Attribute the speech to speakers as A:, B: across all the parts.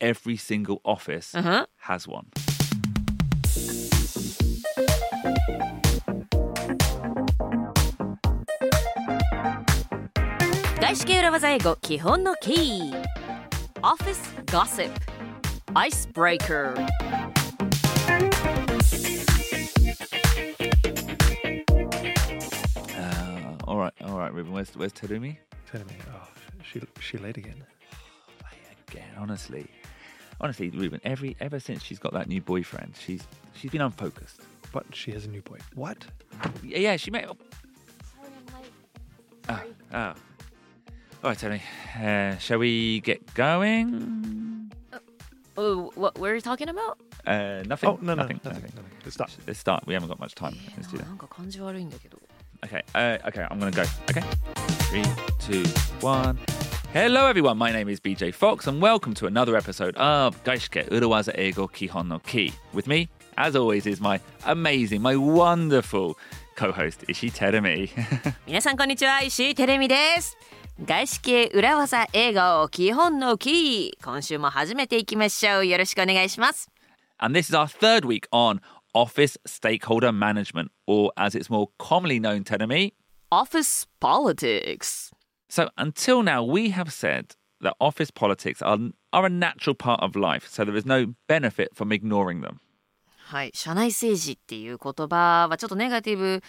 A: every single office
B: Uh-huh.
A: has one.
B: 外資系裏技英語基本のキー Office Gossip Icebreaker
A: Uh, all right, all right, Ruben. Where's where's Terumi?
C: Tell me, oh, she she late again.
A: Again, honestly, honestly, Ruben. Every ever since she's got that new boyfriend, she's she's been unfocused.
C: But she has a new boy. What?
A: Yeah, yeah she met. Oh, oh. All right, Tony. Uh, shall we get going?
B: Oh, what were you talking about?
A: Uh, nothing.
C: Oh no no
A: nothing.
C: nothing. nothing. It's not.
A: Let's start. We haven't got much time.
B: えー
A: Let's do
B: な
A: that.
B: なんか感じ悪いんだけど
A: Okay, uh, okay, I'm gonna go. Okay, three, two, one. Hello, everyone. My name is BJ Fox, and welcome to another episode of Gaishke Urawaza Ego Kihon no Ki. With me, as always, is my amazing, my wonderful co-host Ishi Terumi.
B: 皆さんこんにちは石井テレミです外資系裏技英語基本のキー今週も始めていきましょうよろしくお願いします
A: and this is our third week on office stakeholder management, or as it's more commonly known, Terumi,
B: Office Politics
A: So until now, we have said that office politics are, are a natural part of life, so there is no benefit from ignoring them.
B: はい社内政治っていう言葉はちょっとネガティブ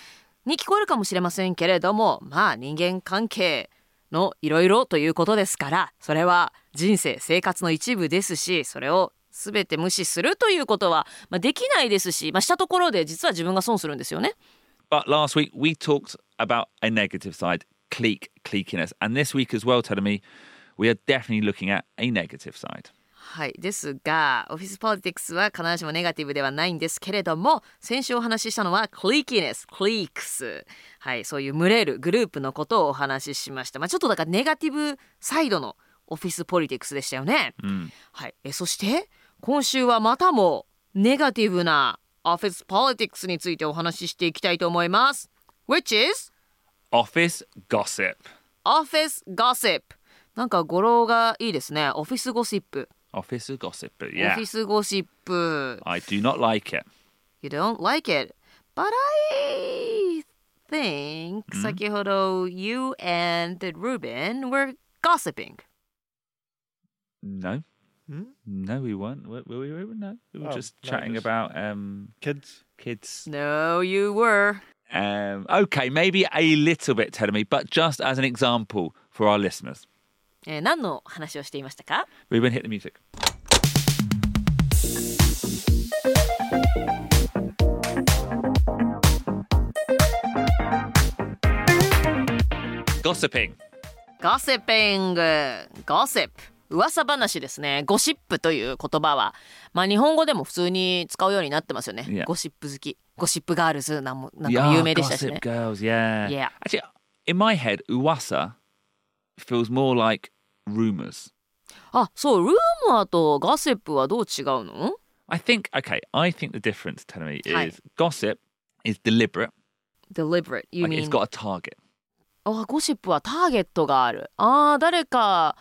B: に聞こえるかもしれませんけれどもまあ人間関係のいろいろということですからそれは人生生活の一部ですしそれを全て無視するということは、まあ、できないですし、まあ、したところで実は自分が損するんですよね。
A: But last week, we talked about a negative side, clique, cliqueiness. And this week as well, telling me we are definitely looking at a negative side.
B: はい、ですがオフィスポリティクスは必ずしもネガティブではないんですけれども先週お話ししたのはクリーキーネスクリークスはいそういう群れるグループのことをお話ししましたまあちょっとだからネガティブサイドのオフィスポリティクスでしたよね、はいえそして今週はまたもネガティブなオフィスポリティクスについてお話ししていきたいと思います which is
A: Office gossip.
B: オフィスゴシップなんか語呂がいいですねオフィスゴシップ
A: Office gossip. But
B: オ
A: yeah,
B: フィスゴシップ
A: I do not like it.
B: You don't like it, but I think 先ほど you and Ruben were gossiping.
A: No.
C: Hmm?
A: No, we weren't. Were, were we? Ruben? No. We were
C: Oh,
A: just
C: no,
A: chatting
C: just-
A: about um,
C: Kids.
A: kids.
B: No, you were.
A: Um, okay, maybe a little bit telling me, but just as an example for our listeners.
B: えー何の話をしていましたか
A: Ruben, hit the music. ゴシッピング
B: Gossiping, gossip. 噂話ですね。ゴシップという言葉は、まあ日本語でも普通に使うようになってますよね。
A: Yeah.
B: ゴシップ好き、ゴシップガールズなんもなんかも有名でしたしね
A: Gossip。Girls, yeah.
B: Yeah.
A: Actually, in my head, uwasa feels more like rumors.
B: あ、そう、ルーマーとガセップはどう違うの
A: I think, okay, I think the difference, telling me,
B: Hi.
A: is gossip is deliberate.
B: ?deliberate, you
A: like
B: mean?
A: it's got a target.
B: あゴシップはターゲットがあるあー誰か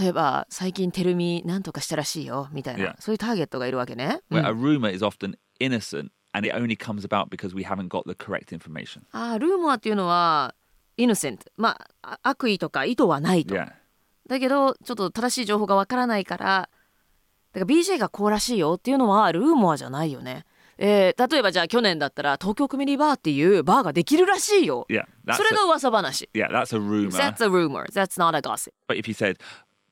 B: 例えば最近てるみなんとかしたらしいよみたいな、
A: Yeah.
B: そういうターゲットがいるわけね、うん
A: where a rumor is often innocent and it only comes about because we haven't got the correct information.
B: あールーモアっていうのはイノセントまああ悪意とか意図はないと、
A: Yeah.
B: だけどちょっと正しい情報がわからないからだから BJ がこうらしいよっていうのはルーモアじゃないよねえー例えばじゃあ去年だったら東京クミリバーっていうバーができるらしいよ
A: Yeah. That's
B: それ
A: a,
B: が噂話
A: yeah, that's a rumor.
B: That's a rumor That's not a gossip
A: but if you said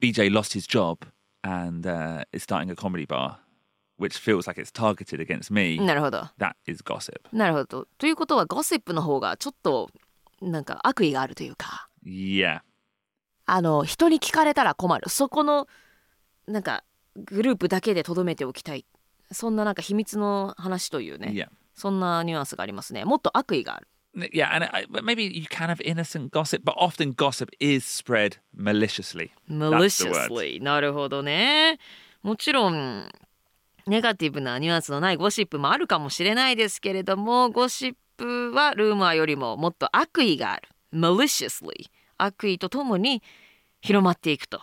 A: BJ lost his job and uh, is starting a comedy bar, which feels like it's targeted against me,
B: なるほど
A: that is gossip.
B: なるほど。ということはゴシップの方がちょっとなんか悪意があるというか
A: Yeah.
B: あの人に聞かれたら困るそこのなんかグループだけでとどめておきたいそんななんか秘密の話というね、
A: Yeah.
B: そんなニュアンスがありますねもっと悪意がある
A: N- Yeah, and I, but maybe you can have innocent gossip, but often gossip is spread maliciously. That's the word.
B: maliciously なるほどねもちろんネガティブなニュアンスのないゴシップもあるかもしれないですけれどもゴシップはルーマーよりももっと悪意がある maliciously 悪意とともに広まっていくと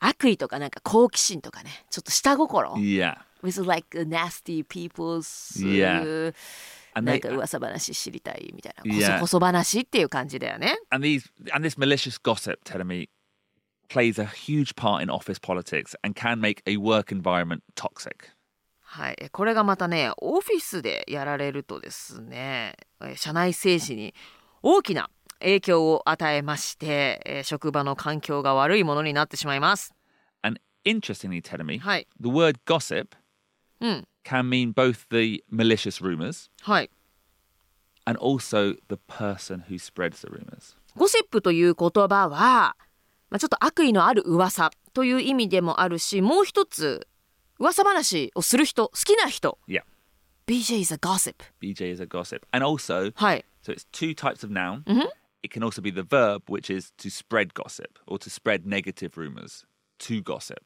B: 悪意とかなんか好奇心とかねちょっと下心
A: Yeah.
B: with like nasty people's
A: Yeah. And
B: な
A: they
B: んか噂話知りたいみたいな、
A: Yeah.
B: こそこそ話っていう感じだよね
A: and these and this malicious gossip telling me plays a huge part in office politics and can make a work environment toxic.
B: はい、えこれがまたねオフィスでやられるとですねえ社内政治に大きな影響を与えましてえ職場の環境が悪いものになってしまいます。
A: And interestingly, telling me
B: はい、
A: the word gossip
B: うん、
A: can mean both the malicious rumors
B: はい。
A: and also the person who spreads the rumors.
B: ゴシップという言葉は、まあ、ちょっと悪意のある噂という意味でもあるしもう一つ噂話をする人好きな人
A: Yeah.
B: BJ is a gossip
A: BJ is a gossip. And also,
B: はい
A: so it's two types of noun. It can also be the verb, which is to spread gossip or to spread negative rumors, to gossip.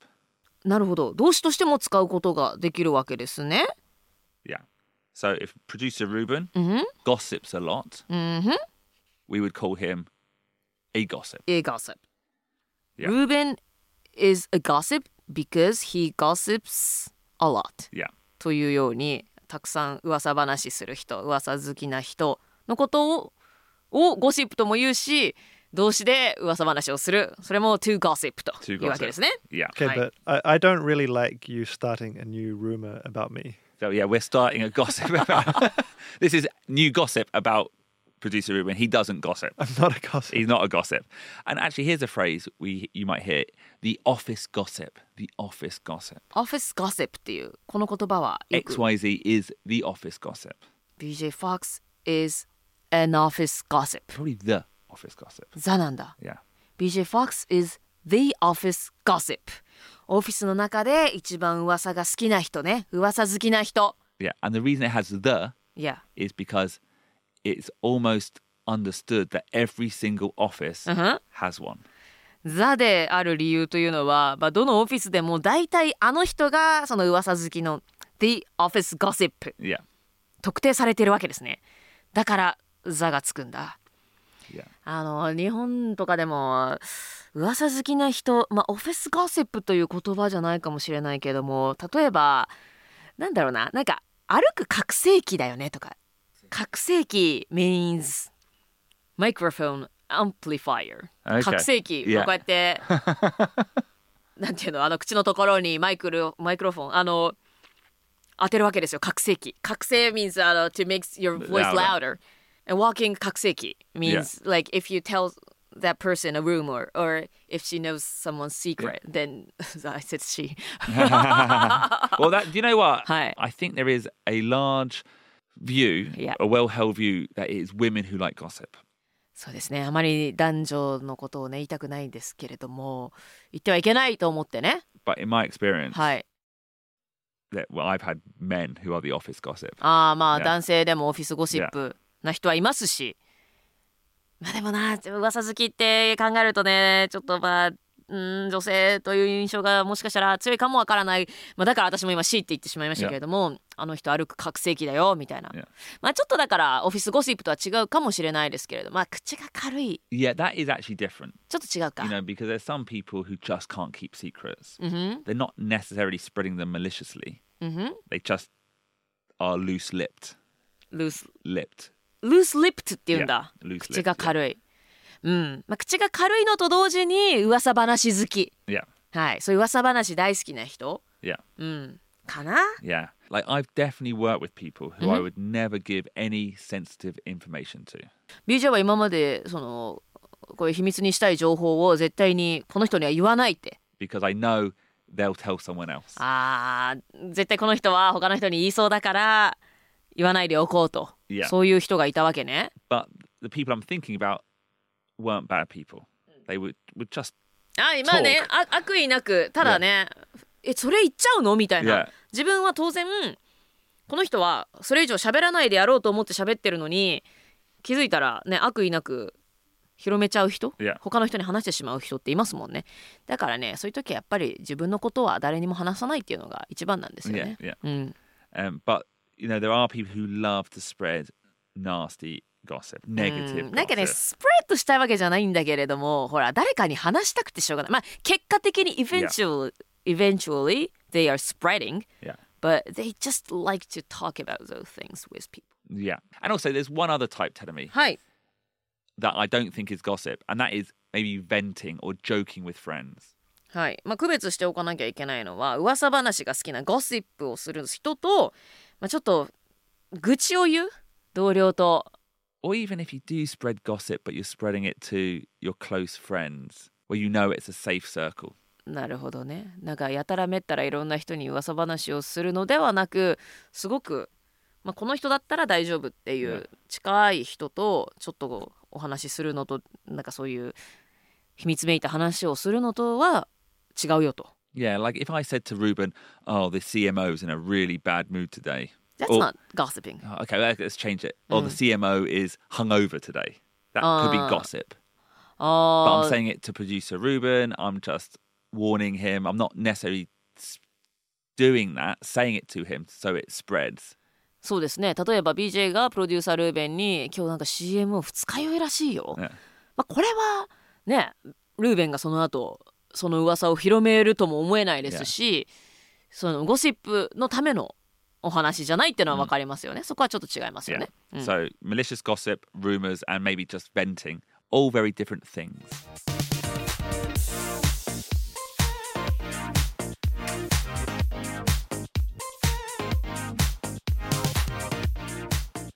B: なるほど動詞としても使うことができるわけですね
A: Yeah. So if producer Ruben gossips a lot, we would call him a gossip.
B: a gossip.
A: Yeah.
B: Ruben is a gossip because he gossips a lot.
A: Yeah.
B: というようにたくさん噂話する人噂好きな人のことををゴシップとも言うし動詞で噂話をするそれも to gossip と
A: To
B: いうわけですね。
A: Yeah.
C: Okay,
B: Hi.
C: but I, I don't really like you starting a new rumor about me.
A: So yeah, we're starting a gossip about. this is new gossip about producer Ruben. He doesn't gossip.
C: I'm not a gossip.
A: He's not a gossip. And actually, here's a phrase we you might hear: the office gossip. The office gossip.
B: Office gossip っていうこの言葉はよく
A: XYZ is the office gossip.
B: BJ Fox is an office gossip
A: Probably the office gossip.
B: ザなんだ。
A: Yeah.
B: BJ Fox is the office gossip オフィスの中で一番噂が好きな人ね噂好きな人
A: Yeah. And the reason it has the
B: いや
A: is because it's almost understood that every single office
B: Uh-huh.
A: has one.
B: ザである理由というのは、まあ、どのオフィスでも大体あの人がその噂好きの The Office Gossip
A: Yeah.
B: 特定されているわけですねだからザがつくんだ
A: Yeah.
B: あの日本とかでも噂好きな人、まあ、オフィスゴシップという言葉じゃないかもしれないけども例えばなんだろうななんか歩く拡声器だよねとか拡声器 means マイクロフォンアンプリファイア
A: Okay.
B: 拡声器、
A: Yeah.
B: こうやって なんていうのあの口のところにマイクロマイクロフォンあの当てるわけですよ拡声器拡声 means あの to make your voice
A: Louder.
B: louder and walking 拡声器 means like if you tell that person a rumor or if she knows someone's secret then I said she
A: well, that do you know what?
B: Hi.
A: I think there is a large view,
B: Yeah.
A: a well-held view that it is women who like gossip.
B: そうですねあまり男女のことをね言いたくないんですけれども言ってはいけないと思ってね
A: But in my experience,
B: はい
A: that well, I've had men who are the office gossip.
B: ああまあ、
A: Yeah.
B: 男性でもオフィスゴシップな人はいますし、まあでもな噂好きって考えるとねちょっとまあうん女性という印象がもしかしたら強いかもわからない、まあ、だから私も今 C って言ってしまいましたけれども、あの人歩く覚醒器だよみたいな、
A: Yeah.
B: まあちょっとだからオフィスゴシップとは違うかもしれないですけれどまあ口が軽い
A: Yeah, that is actually different,
B: ちょっと違うか
A: you know, because there's some people who just can't keep secrets.
B: うんふん
A: They're not necessarily spreading them maliciously.
B: うんふん
A: They just are loose-lipped,
B: ルース
A: lipped.
B: ルースリップって言うんだ
A: Yeah. Loose-lipped,
B: 口が軽い、うん、まあ、口が軽いのと同時に噂話好き
A: Yeah,
B: はい、そういう噂話大好きな人、
A: yeah.
B: うん、かな
A: Yeah. Like I've definitely worked with people who I would never give any sensitive information to.
B: ?BJ は今までそのこういう秘密にしたい情報を絶対にこの人には言わないって。
A: because I know they'll tell someone else.
B: Ah. あー絶対この人は他の人に言いそうだから言わないでおこうと、
A: Yeah.
B: そういう人がいたわけね。
A: But the people I'm thinking about weren't bad people. They would, would just
B: あまあねあ悪意なくただね、えそれ言っちゃうのみたいな
A: Yeah.
B: 自分は当然この人はそれ以上喋らないでやろうと思って喋ってるのに気づいたらね悪意なく広めちゃう人、
A: Yeah.
B: 他の人に話してしまう人っていますもんねだからねそういう時はやっぱり自分のことは誰にも話さないっていうのが一番なんですよね
A: Yeah,
B: うん
A: um, but you know there are people who love to spread nasty gossip,
B: う
A: negative
B: んなんかね
A: gossip.
B: スプレッドしたいわけじゃないんだけれどもほら誰かに話したくてしょうがないまあ結果的に eventually,、eventually they are spreading
A: Yeah.
B: but they just like to talk about those things with people
A: Yeah. And also, there's one other type, Tedemi,
B: はい
A: that I don't think is gossip, and that is maybe venting or joking with friends.
B: はいまあ、区別しておかなきゃいけないのは噂話が好きなゴシップをする人と、まあ、ちょっと愚痴を言う同僚と
A: Or even if you do spread gossip, but you're spreading it to your close friends where you know it's a safe circle.
B: なるほどねなんかやたらめったらいろんな人に噂話をするのではなくすごく、まあ、この人だったら大丈夫ってい
A: ね
B: う近い人とちょっとこうお話しするのとなんかそういう秘密めいた話をするのとは違うよと。
A: Yeah, like if I said to Ruben, oh, the CMO's in a really bad mood today.
B: That's
A: Oh.
B: not gossiping.
A: Oh, okay, well, let's change it. Or the CMO is hungover today. That could be
B: Ah.
A: gossip. But
B: あ
A: I'm
B: ー
A: saying it to producer Ruben. I'm just warning him. I'm not necessarily s- doing that, saying it to him so it spreads.
B: そうですね例えば BJ がプロデューサールーベンに「今日なんか CM を二日酔いらしいよ」
A: ね
B: まあ、これはねルーベンがその後その噂を広めるとも思えないですし、そのゴシップのためのお話じゃないっていうのは分かりますよね、そこはちょっと違いますよ
A: Yeah.
B: ね。うん
A: So malicious gossip, rumors, and maybe just venting, all very different things.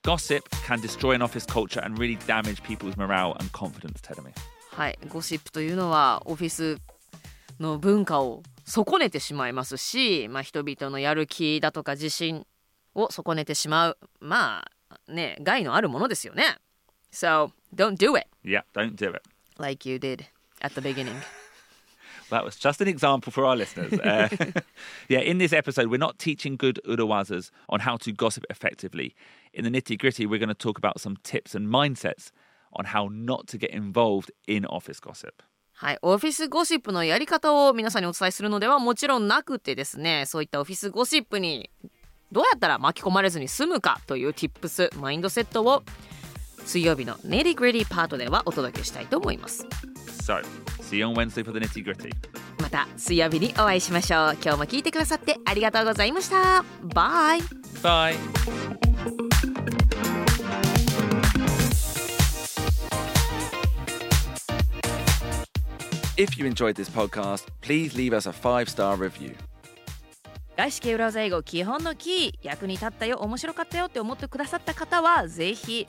A: Gossip can destroy an office culture and really damage people's morale and confidence, Tedemi.
B: はい、ゴシップというのはオフィスの文化を損ねてしまいますし、まあ、人々のやる気だとか自信を損ねてしまうまあね害のあるものですよね。So don't do it
A: Yeah, don't do it.
B: like you did at the beginning.
A: That was just an example for our listeners. Uh, yeah, in this episode, we're not teaching good Urawazas on how to gossip effectively. In the nitty gritty, we're going to talk about some tips and mindsets on how not to get involved in office gossip.
B: はい、オフィスゴシップのやり方を皆さんにお伝えするのではもちろんなくてですねそういったオフィスゴシップにどうやったら巻き込まれずに済むかという Tips マインドセットを水曜日のネリグリディパートではお届けしたいと思います
A: So, see you on Wednesday for the nitty gritty.
B: また水曜日にお会いしましょう今日も聞いてくださってありがとうございましたバイ
A: Bye. If you enjoyed this podcast, please leave us a five star review.
B: 外資系裏技英語基本のキー役に立ったよ面白かったよって思ってくださった方はぜひ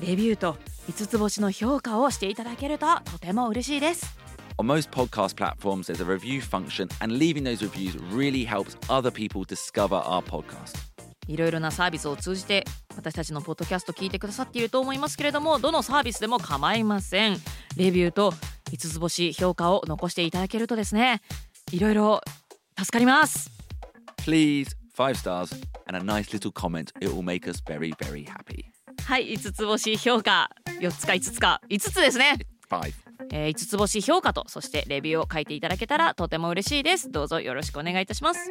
B: レビューと5つ星の評価をしていただけるととても嬉しいです
D: On most podcast platforms, there's a review function, and leaving those reviews really helps other people discover our podcast.
B: いろいろなサービスを通じて私たちのポッドキャスト聞いてくださっていると思いますけれどもどのサービスでも構いませんレビューと5つ星評価を残していただけるとですねいろいろ助かります
D: Please, five stars and a nice little comment. It will make us very, very happy.
B: はい5つ星評価4つか5つか5つですね、
D: Five.
B: え5つ星評価とそしてレビューを書いていただけたらとても嬉しいですどうぞよろしくお願いいたします